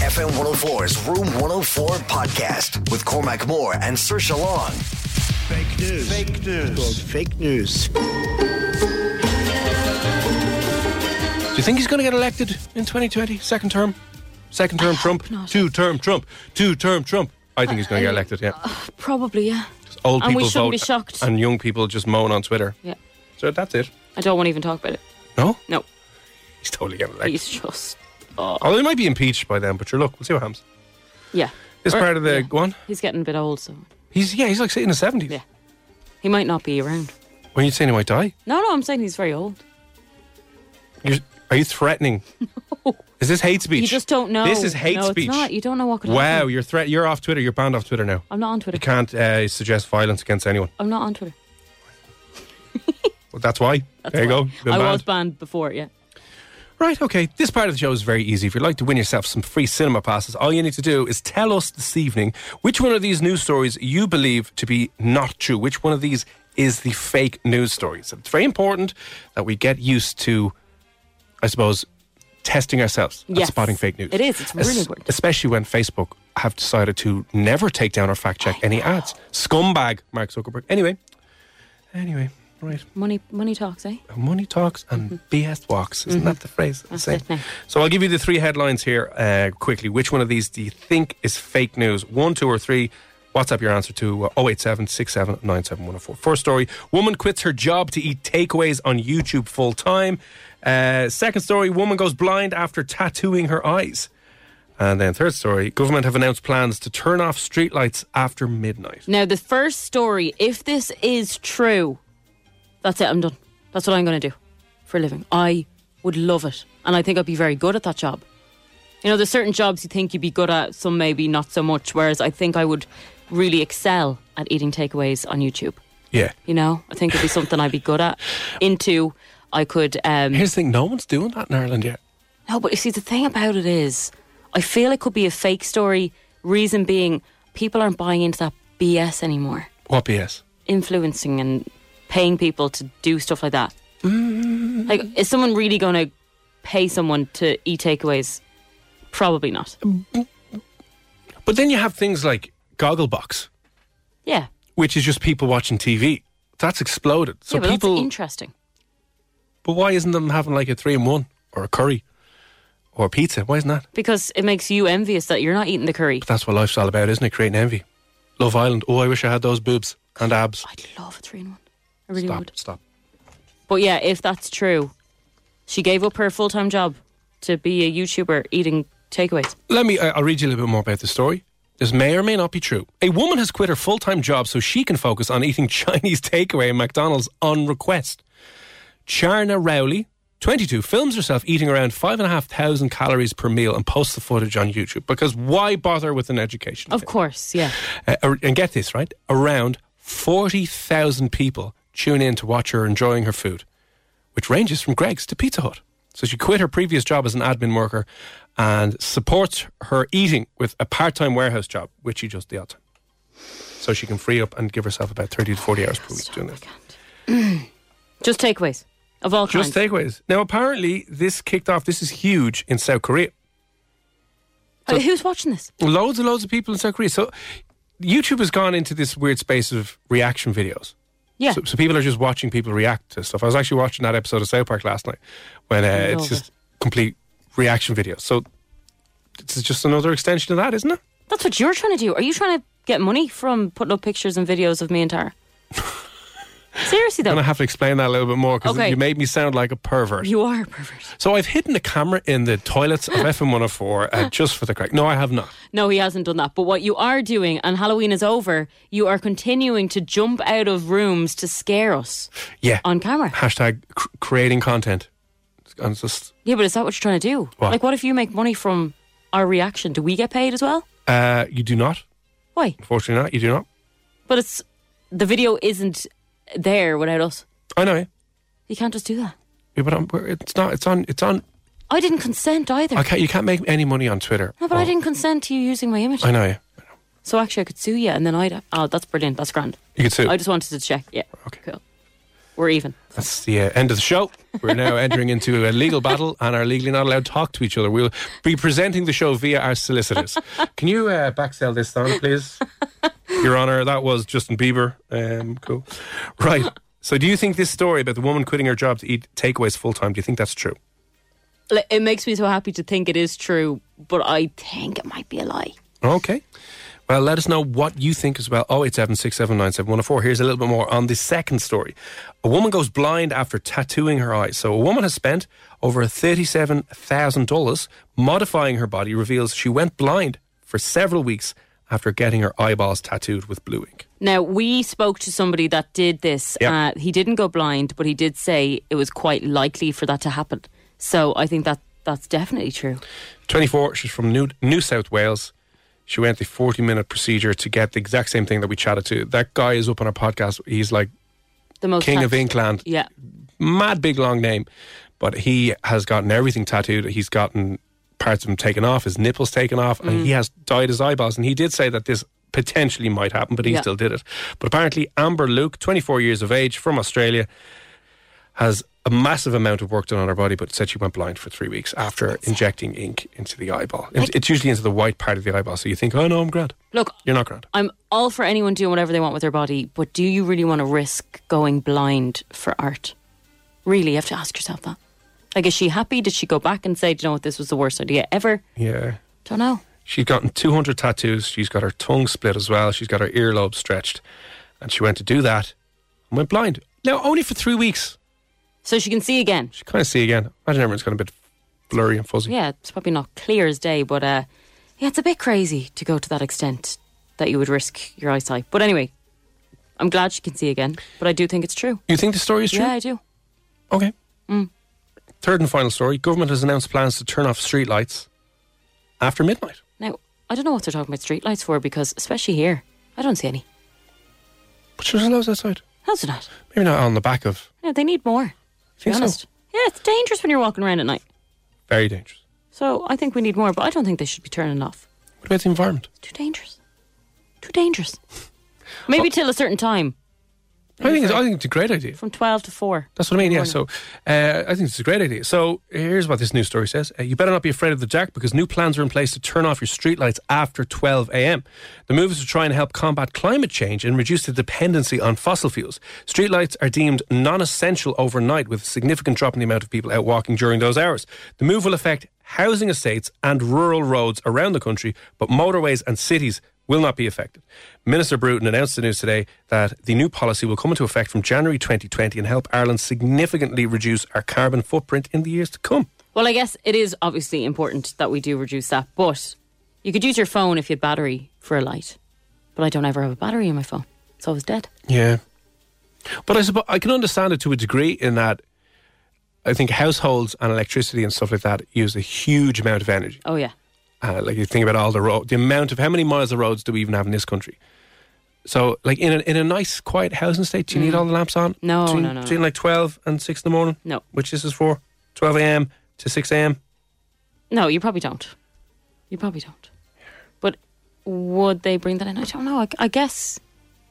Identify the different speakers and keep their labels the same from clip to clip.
Speaker 1: FM 104's Room 104 podcast with Cormac Moore and Sir Long.
Speaker 2: Fake news. Fake news. fake news.
Speaker 3: Do you think he's going to get elected in 2020? Second term? Second term Trump? Two term Trump? Two term Trump? I think he's going to get elected, yeah.
Speaker 4: Probably, yeah.
Speaker 3: Just Old
Speaker 4: Uh, and we
Speaker 3: people
Speaker 4: shouldn't
Speaker 3: vote
Speaker 4: be shocked.
Speaker 3: and young people just moan on Twitter.
Speaker 4: Yeah.
Speaker 3: So that's it.
Speaker 4: I don't want to even talk about it.
Speaker 3: No?
Speaker 4: No,
Speaker 3: He's totally getting elected.
Speaker 4: he's just
Speaker 3: Although he might be impeached by then, but sure, look, we'll see what happens.
Speaker 4: yeah.
Speaker 3: This
Speaker 4: Or-
Speaker 3: part of the
Speaker 4: yeah.
Speaker 3: go on.
Speaker 4: He's getting a bit old, so
Speaker 3: He's, yeah, he's like sitting in the 70s.
Speaker 4: Yeah. he might not be around.
Speaker 3: When you're saying he might die,
Speaker 4: No, no, I'm saying he's very old.
Speaker 3: you're, are you threatening? Is this hate speech?
Speaker 4: You just don't know.
Speaker 3: This is hate
Speaker 4: no,
Speaker 3: speech.
Speaker 4: It's not. You don't know what could
Speaker 3: wow,
Speaker 4: happen.
Speaker 3: you're threat. You're off Twitter. You're banned off Twitter now.
Speaker 4: I'm not on Twitter.
Speaker 3: You can't uh, suggest violence against anyone.
Speaker 4: I'm not on Twitter.
Speaker 3: Well, that's why. there you go. You've been
Speaker 4: I
Speaker 3: banned.
Speaker 4: was banned before, yeah.
Speaker 3: Right, okay. This part of the show is very easy. If you'd like to win yourself some free cinema passes, all you need to do is tell us this evening which one of these news stories you believe to be not true. Which one of these is the fake news stories? It's very important that we get used to, I suppose, testing ourselves at
Speaker 4: Yes.
Speaker 3: spotting fake news.
Speaker 4: It is. It's really
Speaker 3: Es-
Speaker 4: important.
Speaker 3: Especially when Facebook have decided to never take down or fact check any ads. Scumbag, Mark Zuckerberg. Anyway, anyway, right.
Speaker 4: Money money talks, eh?
Speaker 3: Money talks and BS walks. Isn't that the phrase?
Speaker 4: Mm-hmm. That's
Speaker 3: Same.
Speaker 4: it now.
Speaker 3: So I'll give you the three headlines here uh, quickly. Which one of these do you think is fake news? One, two, or three? WhatsApp your answer to uh, 087 First story Woman quits her job to eat takeaways on YouTube full time. Uh, second story Woman goes blind after tattooing her eyes. And then third story Government have announced plans to turn off streetlights after midnight.
Speaker 4: Now the first story, if this is true, that's it, I'm done. That's what I'm gonna do for a living. I would love it. And I think I'd be very good at that job. You know, there's certain jobs you think you'd be good at, some maybe not so much, whereas I think I would really excel at eating takeaways on YouTube.
Speaker 3: Yeah.
Speaker 4: You know? I think it'd be something I'd be good at. Into I could um
Speaker 3: Here's the thing no one's doing that in Ireland yet.
Speaker 4: No, but you see, the thing about it is, I feel it could be a fake story. Reason being, people aren't buying into that BS anymore.
Speaker 3: What BS?
Speaker 4: Influencing and paying people to do stuff like that. Like, is someone really going to pay someone to eat takeaways? Probably not.
Speaker 3: But then you have things like Gogglebox,
Speaker 4: Yeah.
Speaker 3: which is just people watching TV. That's exploded. So
Speaker 4: yeah, but
Speaker 3: people.
Speaker 4: that's interesting.
Speaker 3: but why isn't them having like a three in one or a curry or a pizza? Why isn't that?
Speaker 4: Because it makes you envious that you're not eating the curry.
Speaker 3: But that's what life's all about, isn't it? Creating envy. Love Island. Oh, I wish I had those boobs and abs.
Speaker 4: I'd love a three in one. I really
Speaker 3: Stop.
Speaker 4: would.
Speaker 3: Stop.
Speaker 4: But yeah, if that's true, she gave up her full time job to be a YouTuber eating takeaways.
Speaker 3: Let me. I- I'll read you a little bit more about the story. This may or may not be true. A woman has quit her full time job so she can focus on eating Chinese takeaway at McDonald's on request. Charna Rowley, 22, films herself eating around 5,500 calories per meal and posts the footage on YouTube because why bother with an education?
Speaker 4: Of course, yeah.
Speaker 3: Uh, ar- and get this, right? Around 40,000 people tune in to watch her enjoying her food, which ranges from Greg's to Pizza Hut. So she quit her previous job as an admin worker and supports her eating with a part time warehouse job, which she does the odd time. So she can free up and give herself about 30 to 40 hours per week doing this.
Speaker 4: Just takeaways of all
Speaker 3: Just
Speaker 4: kinds.
Speaker 3: takeaways. Now, apparently, this kicked off. This is huge in South Korea.
Speaker 4: Uh, Who's watching this?
Speaker 3: loads and loads of people in South Korea. So YouTube has gone into this weird space of reaction videos.
Speaker 4: Yeah.
Speaker 3: So, so people are just watching people react to stuff. I was actually watching that episode of South Park last night when uh,
Speaker 4: I
Speaker 3: it's
Speaker 4: love
Speaker 3: just complete reaction videos. So this is just another extension of that, isn't it?
Speaker 4: That's what you're trying to do. Are you trying to get money from putting up pictures and videos of me and Tara? Seriously,
Speaker 3: And I
Speaker 4: though.
Speaker 3: have to explain that a little bit more because
Speaker 4: Okay.
Speaker 3: you made me sound like a pervert.
Speaker 4: You are a pervert.
Speaker 3: so I've hidden a camera in the toilets of FM 104 uh, just for the crack. No, I have not.
Speaker 4: No, he hasn't done that. But what you are doing, and Halloween is over, you are continuing to jump out of rooms to scare us
Speaker 3: Yeah.
Speaker 4: on camera.
Speaker 3: Hashtag cr- creating content. And it's just
Speaker 4: Yeah, but is that what you're trying to do?
Speaker 3: What?
Speaker 4: Like, what if you make money from our reaction? Do we get paid as well?
Speaker 3: uh, you do not.
Speaker 4: Why?
Speaker 3: Unfortunately, not. You do not.
Speaker 4: But it's the video isn't there without us.
Speaker 3: I know. Yeah,
Speaker 4: You can't just do that.
Speaker 3: Yeah, but I'm, we're- it's not. It's on. It's on.
Speaker 4: I didn't consent either.
Speaker 3: I can't. You can't make any money on Twitter.
Speaker 4: No, but I
Speaker 3: Well,
Speaker 4: didn't consent to you using my image.
Speaker 3: I know. Yeah.
Speaker 4: So actually, I could sue you, and then I'd. Oh, that's brilliant. That's grand.
Speaker 3: You could sue.
Speaker 4: I just wanted to check. Yeah.
Speaker 3: Okay.
Speaker 4: Cool. We're even.
Speaker 3: That's the uh, end of the show. We're now entering into a legal battle and are legally not allowed to talk to each other. We'll be presenting the show via our solicitors. Can you uh, back sell this song, please? Your Honour, that was Justin Bieber. Um, cool. Right. So, do you think this story about the woman quitting her job to eat takeaways full time, do you think that's true?
Speaker 4: Like, It makes me so happy to think it is true, but I think it might be a lie.
Speaker 3: Okay. Well, let us know what you think as well. 087 Here's a little bit more on the second story. A woman goes blind after tattooing her eyes. So, a woman has spent over $37,000 modifying her body, reveals she went blind for several weeks after getting her eyeballs tattooed with blue ink.
Speaker 4: Now we spoke to somebody that did this.
Speaker 3: Yeah.
Speaker 4: Uh, he didn't go blind, but he did say it was quite likely for that to happen. So I think that that's definitely true.
Speaker 3: 24, she's from New, New South Wales. She went the 40 minute procedure to get the exact same thing that we chatted to. That guy is up on our podcast. He's like
Speaker 4: The most
Speaker 3: King of
Speaker 4: tattoo-
Speaker 3: Inkland.
Speaker 4: Yeah.
Speaker 3: mad big long name, but he has gotten everything tattooed. He's gotten parts of him taken off, his nipples taken off, and he has dyed his eyeballs. And he did say that this potentially might happen, but he
Speaker 4: Yeah.
Speaker 3: still did it. But apparently, Amber Luke, 24 years of age from Australia, has a massive amount of work done on her body, but said she went blind for three weeks after injecting ink into the eyeball. And it's usually into the white part of the eyeball, so you think, oh no, I'm grand.
Speaker 4: Look,
Speaker 3: You're not grand.
Speaker 4: I'm all for anyone doing whatever they want with their body, but do you really want to risk going blind for art? Really, you have to ask yourself that. Like, is she happy? Did she go back and say, do you know what, this was the worst idea ever?
Speaker 3: Yeah.
Speaker 4: Don't know.
Speaker 3: She's gotten 200 tattoos. She's got her tongue split as well. She's got her earlobe stretched. And she went to do that and went blind. Now, only for three weeks.
Speaker 4: So she can see again.
Speaker 3: She kind of see again. Imagine everyone's got a bit blurry and fuzzy.
Speaker 4: Yeah, it's probably not clear as day, but uh, yeah, it's a bit crazy to go to that extent that you would risk your eyesight. But anyway, I'm glad she can see again, but I do think it's true.
Speaker 3: You think the story is true?
Speaker 4: Yeah, Mm. I do.
Speaker 3: Okay. Third and final story government has announced plans to turn off streetlights after midnight.
Speaker 4: Now, I don't know what they're talking about streetlights for because, especially here, I don't see any.
Speaker 3: But there's loads outside.
Speaker 4: How's it not?
Speaker 3: Maybe not on the back of.
Speaker 4: No, they need more. To be
Speaker 3: Think so?
Speaker 4: honest. Yeah, it's dangerous when you're walking around at night.
Speaker 3: Very dangerous.
Speaker 4: So I think we need more, but I don't think they should be turning off.
Speaker 3: What about the environment?
Speaker 4: It's too dangerous. Too dangerous. Maybe till a certain time,
Speaker 3: I think, it's, I think it's a great idea.
Speaker 4: from 12 to 4.
Speaker 3: That's what I mean. Yeah. So uh, I think it's a great idea. So here's what this news story says: uh, You better not be afraid of the dark because new plans are in place to turn off your streetlights after 12 a.m. The move is to try and help combat climate change and reduce the dependency on fossil fuels. Streetlights are deemed non-essential overnight, with a significant drop in the amount of people out walking during those hours. The move will affect housing estates and rural roads around the country, but motorways and cities will not be affected. Minister Bruton announced the news today that the new policy will come into effect from January 2020 and help Ireland significantly reduce our carbon footprint in the years to come.
Speaker 4: Well, I guess it is obviously important that we do reduce that, but you could use your phone if you had battery for a light. But I don't ever have a battery in my phone. It's always dead.
Speaker 3: Yeah. But I suppose I can understand it to a degree in that I think households and electricity and stuff like that use a huge amount of energy.
Speaker 4: Oh, yeah.
Speaker 3: Uh, like you think about all the road, the amount of how many miles of roads do we even have in this country? So, like in a, in a nice, quiet housing state, do you need all the lamps on?
Speaker 4: Mm. No,
Speaker 3: between,
Speaker 4: no, no,
Speaker 3: Between
Speaker 4: no.
Speaker 3: like twelve and six in the morning.
Speaker 4: No.
Speaker 3: which this is for, twelve a.m. to six a.m.
Speaker 4: No, you probably don't. You probably don't. But would they bring that in? I don't know. I, I guess,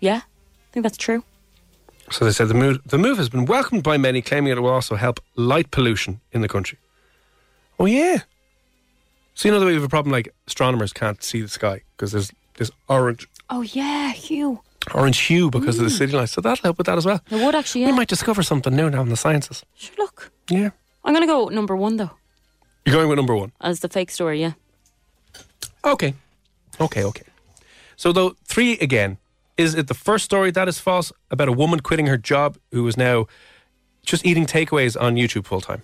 Speaker 4: yeah. I think that's true.
Speaker 3: So they said the move the move has been welcomed by many, claiming it will also help light pollution in the country. Oh yeah. So you know that we have a problem like astronomers can't see the sky because there's this orange
Speaker 4: Oh, yeah, Hugh.
Speaker 3: orange hue because of the city lights. So that'll help with that as well.
Speaker 4: It would actually,
Speaker 3: We
Speaker 4: yeah.
Speaker 3: might discover something new now in the sciences.
Speaker 4: Sure, look.
Speaker 3: Yeah.
Speaker 4: I'm going to go number one, though.
Speaker 3: You're going with number one.
Speaker 4: as the fake story, yeah.
Speaker 3: Okay. Okay, okay. So, though, three again. Is it the first story that is false about a woman quitting her job who is now just eating takeaways on YouTube full time?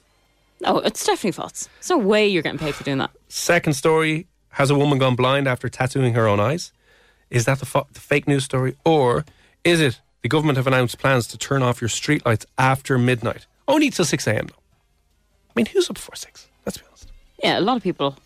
Speaker 4: Oh, it's definitely false. There's no way you're getting paid for doing that.
Speaker 3: Second story Has a woman gone blind after tattooing her own eyes? Is that the, fa- the fake news story? Or is it the government have announced plans to turn off your streetlights after midnight? Only till 6 a.m., though. I mean, who's up before 6? Let's be honest.
Speaker 4: Yeah, a lot of people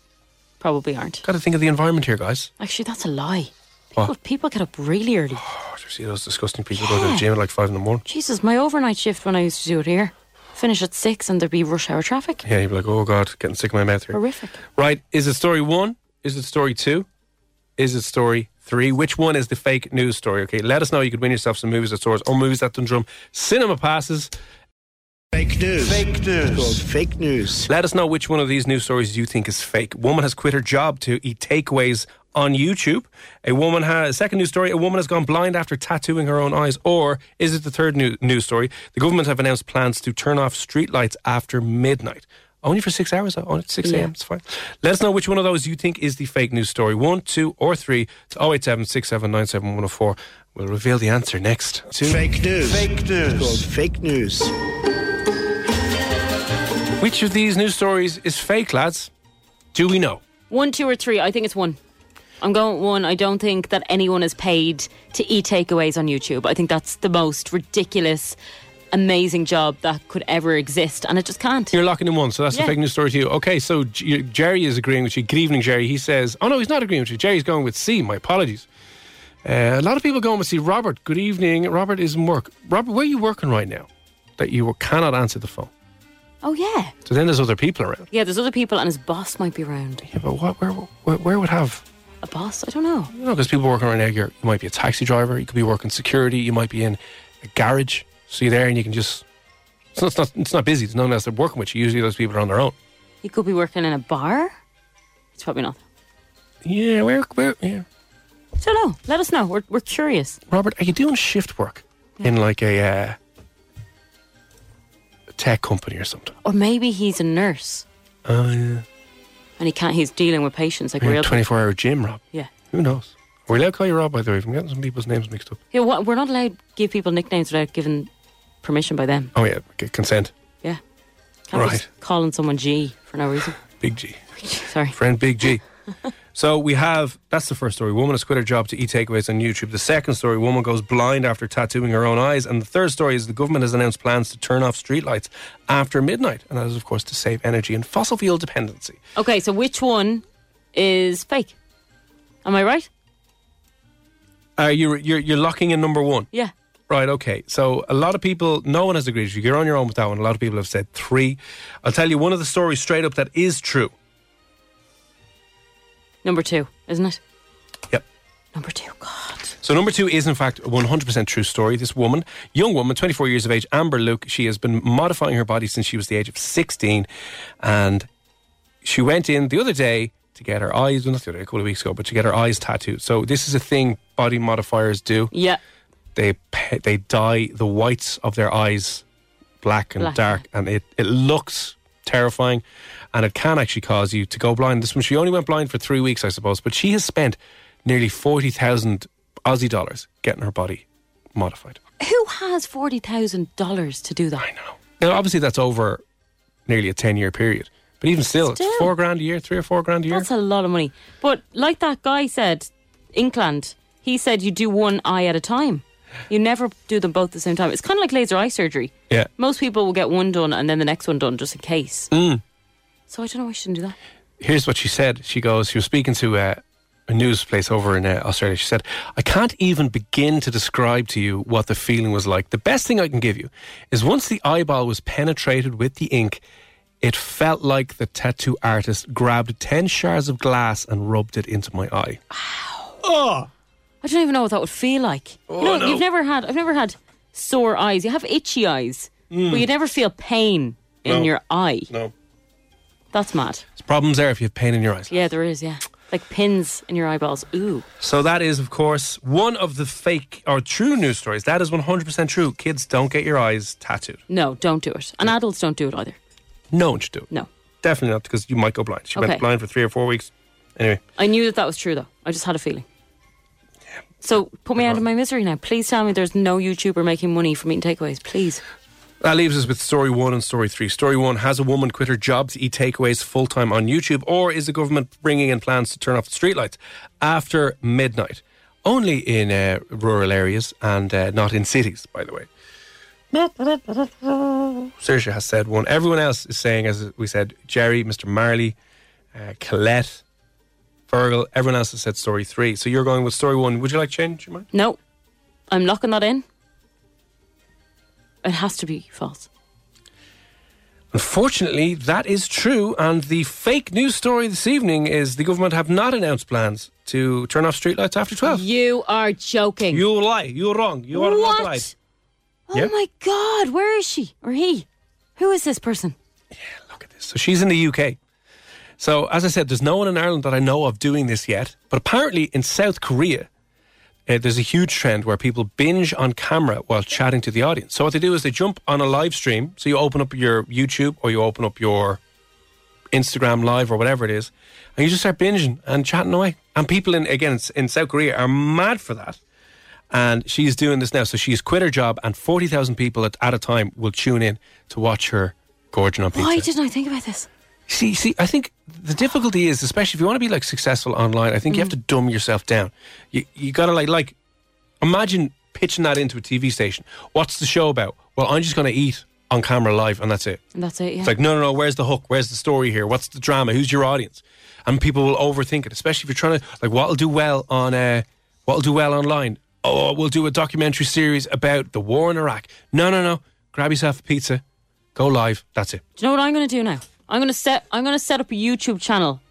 Speaker 4: probably aren't.
Speaker 3: Got to think of the environment here, guys.
Speaker 4: Actually, that's a lie.
Speaker 3: What?
Speaker 4: People, people get up really early.
Speaker 3: Oh, do you see those disgusting people go to the gym at like 5 in the morning?
Speaker 4: Jesus, my overnight shift when I used to do it here, finish at six and there'd be rush hour traffic.
Speaker 3: Yeah, you'd be like, oh, God, getting sick of my mouth here.
Speaker 4: Horrific.
Speaker 3: Right. Is it story one? Is it story two? Is it story three? Which one is the fake news story? Okay, let us know. You could win yourself some movies at stores or movies at Dundrum Cinema Passes.
Speaker 2: Fake news. Fake news. It's called fake news.
Speaker 3: Let us know which one of these news stories you think is fake. Woman has quit her job to eat takeaways on YouTube. A woman has, second news story, a woman has gone blind after tattooing her own eyes. Or is it the third new, news story? The government have announced plans to turn off streetlights after midnight. Only for six hours, though. Only at 6 a.m.
Speaker 4: Yeah.
Speaker 3: It's fine. Let us know which one of those you think is the fake news story. One, two, or three to 087 6797104. We'll reveal the answer next. Two.
Speaker 2: Fake news. Fake news. It's called fake news.
Speaker 3: Which of these news stories is fake, lads? Do we know?
Speaker 4: One, two, or three. I think it's one. I'm going with one. I don't think that anyone is paid to eat takeaways on YouTube. I think that's the most ridiculous, amazing job that could ever exist, and it just can't.
Speaker 3: You're locking in one, so that's the
Speaker 4: Yeah.
Speaker 3: fake news story to you. Okay, so J- Jerry is agreeing with you. Good evening, Jerry. He says, "Oh no, he's not agreeing with you. Jerry's going with C. My apologies." Uh, a lot of people going with C. Robert, good evening. Robert is in work. Robert, where are you working right now? That you cannot answer the phone.
Speaker 4: oh yeah,
Speaker 3: So then there's other people around.
Speaker 4: yeah. There's other people, and his boss might be around.
Speaker 3: Yeah, but what, where, where, where would have?
Speaker 4: A boss? I don't know.
Speaker 3: You know, because people working right now, you're, you might be a taxi driver. You could be working security. You might be in a garage. So you're there, and you can just. It's not. It's not, it's not busy. It's no one else they're working with. you. Usually, those people are on their own.
Speaker 4: He could be working in a bar. It's probably not.
Speaker 3: Yeah, where, where, yeah.
Speaker 4: I don't know. Let us know. We're, we're curious.
Speaker 3: Robert, are you doing shift work in like a uh, a tech company or something?
Speaker 4: Or maybe he's a nurse
Speaker 3: Oh, yeah.
Speaker 4: and he can't. He's dealing with patients like
Speaker 3: You're in
Speaker 4: real.
Speaker 3: a 24 hour gym, Rob.
Speaker 4: yeah.
Speaker 3: Who knows? Are we allowed to call you Rob, by the way? If I'm getting some people's names mixed up.
Speaker 4: Yeah. What, we're not allowed to give people nicknames without giving permission by them.
Speaker 3: Oh, yeah, okay, consent.
Speaker 4: Yeah. Can't
Speaker 3: Right.
Speaker 4: be just calling someone G for no reason.
Speaker 3: Big G.
Speaker 4: Sorry.
Speaker 3: Friend Big G. so we have that's the first story. Woman has quit her job to eat takeaways on YouTube. The second story, woman goes blind after tattooing her own eyes. And the third story is the government has announced plans to turn off streetlights after midnight. And that is, of course, to save energy and fossil fuel dependency.
Speaker 4: Okay, so which one is fake? Am I right?
Speaker 3: Uh, you're, you're, you're locking in number one.
Speaker 4: Yeah.
Speaker 3: Right, okay. So a lot of people, no one has agreed with you. You're on your own with that one. A lot of people have said three. I'll tell you one of the stories straight up that is true.
Speaker 4: Number two, isn't it?
Speaker 3: Yep.
Speaker 4: Number two. God.
Speaker 3: So number two is in fact a 100% true story. This woman, young woman, 24 years of age, Amber Luke, she has been modifying her body since she was the age of 16, and she went in the other day to get her eyes, well, not the other day, a couple of weeks ago, but to get her eyes tattooed. So this is a thing body modifiers do.
Speaker 4: Yeah.
Speaker 3: they pe- they dye the whites of their eyes black and
Speaker 4: Black,
Speaker 3: dark, and it, it looks terrifying, and it can actually cause you to go blind. This one, she only went blind for three weeks, I suppose, but she has spent nearly forty thousand Aussie dollars getting her body modified.
Speaker 4: Who has forty thousand dollars to do that?
Speaker 3: I know. Now, obviously, that's over nearly a ten year period, but even still, it's
Speaker 4: Still.
Speaker 3: four grand a year, three or four grand a year.
Speaker 4: That's a lot of money. But like that guy said, Inkland, he said you do one eye at a time. You never do them both at the same time. It's kind of like laser eye surgery.
Speaker 3: yeah.
Speaker 4: Most people will get one done and then the next one done just in case.
Speaker 3: Mm.
Speaker 4: So I don't know why you shouldn't do that.
Speaker 3: here's what she said. She goes, she was speaking to uh, a news place over in uh, Australia. She said, I can't even begin to describe to you what the feeling was like. The best thing I can give you is once the eyeball was penetrated with the ink, it felt like the tattoo artist grabbed 10 shards of glass and rubbed it into my eye.
Speaker 4: I don't even know what that would feel like. you know, you've never had. I've never had sore eyes. You have itchy eyes, but you never feel pain in
Speaker 3: No.
Speaker 4: your eye.
Speaker 3: No.
Speaker 4: That's mad.
Speaker 3: There's problems there if you have pain in your eyes.
Speaker 4: Yeah, there is. Yeah, like pins in your eyeballs. Ooh,
Speaker 3: So that is, of course, one of the fake or true news stories. That is 100% true. Kids, don't get your eyes tattooed.
Speaker 4: no, don't do it. And adults don't do it either.
Speaker 3: No one should do it.
Speaker 4: No,
Speaker 3: definitely not because you might go blind. She
Speaker 4: Okay.
Speaker 3: went blind for three or four weeks. Anyway,
Speaker 4: I knew that that was true, though. I just had a feeling. So put me out of my misery now. Please tell me there's no YouTuber making money from eating takeaways. Please.
Speaker 3: That leaves us with story one and story three. Story one has a woman quit her job to eat takeaways full time on YouTube, or is the government bringing in plans to turn off the streetlights after midnight? Only in uh, rural areas and uh, not in cities, by the way. Saoirse has said one. Everyone else is saying, as we said, Jerry, Mr. Marley, uh, Colette, Fergal, everyone else has said story three. So you're going with story one. Would you like to change your mind?
Speaker 4: No. I'm locking that in. It has to be false.
Speaker 3: Unfortunately, that is true, and the fake news story this evening is the government have not announced plans to turn off streetlights after 12.
Speaker 4: You are joking.
Speaker 3: You lie. You're wrong. You are not right.
Speaker 4: what? Oh
Speaker 3: Yeah.
Speaker 4: my God. Where is she? Or he? Who is this person?
Speaker 3: Look at this. So she's in the UK. So, as I said, there's no one in Ireland that I know of doing this yet, but apparently in South Korea, uh, there's a huge trend where people binge on camera while chatting to the audience. So, what they do is they jump on a live stream. So, you open up your YouTube or you open up your Instagram Live or whatever it is, and you just start binging and chatting away. And people in again it's in South Korea are mad for that. And she's doing this now, so she's quit her job, and forty thousand people at, at a time will tune in to watch her gorging on pizza.
Speaker 4: Why didn't I think about this?
Speaker 3: See, see, I think the difficulty is, especially if you want to be like successful online, I think you have to dumb yourself down. You you gotta like like imagine pitching that into a TV station. What's the show about? Well, I'm just gonna eat on camera live, and that's it.
Speaker 4: And that's it, yeah.
Speaker 3: It's like no, no, no. Where's the hook? Where's the story here? What's the drama? Who's your audience? And people will overthink it, especially if you're trying to like what'll do well on uh, what'll do well online. Oh, we'll do a documentary series about the war in Iraq. No, no, no. Grab yourself a pizza, go live. That's it.
Speaker 4: Do you know what I'm going to do now? I'm going to set I'm going to set up a YouTube channel.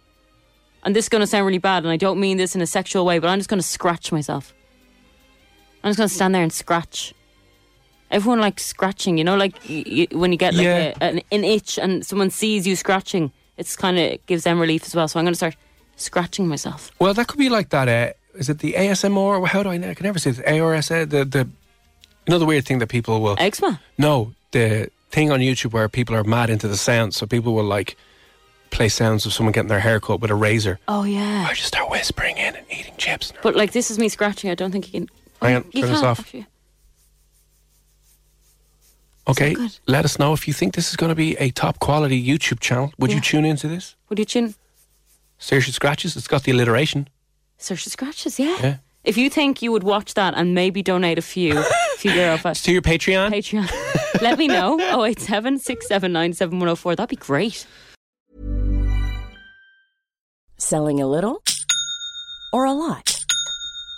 Speaker 4: And this is going to sound really bad and I don't mean this in a sexual way, but I'm just going to scratch myself. I'm just going to stand there and scratch. Everyone likes scratching, you know, like y y when you get like
Speaker 3: Yeah.
Speaker 4: a, an, an itch and someone sees you scratching, it's kind of it gives them relief as well. So I'm going to start scratching myself.
Speaker 3: Well, that could be like that. Uh, is it the ASMR? How do I know? I can never say it. ARSA. eh? The the another weird thing that people will
Speaker 4: Eczema.
Speaker 3: no the thing on YouTube where people are mad into the sounds. So people will like play sounds of someone getting their hair cut with a razor.
Speaker 4: Oh yeah.
Speaker 3: I just start whispering in and eating chips. And
Speaker 4: But like this is me scratching. I don't think you can.
Speaker 3: Hang on,
Speaker 4: you
Speaker 3: turn this
Speaker 4: can't,
Speaker 3: off.
Speaker 4: actually.
Speaker 3: okay,
Speaker 4: good?
Speaker 3: let us know if you think this is going to be a top quality YouTube channel. Would you
Speaker 4: Yeah.
Speaker 3: tune into this?
Speaker 4: Would you chin?
Speaker 3: Seriously, scratches. It's got the alliteration.
Speaker 4: Search the scratches, yeah.
Speaker 3: Yeah.
Speaker 4: If you think you would watch that and maybe donate a few, few euro for
Speaker 3: To your Patreon.
Speaker 4: Patreon, let me know. 087 679 7104. That'd be great.
Speaker 5: Selling a little or a lot?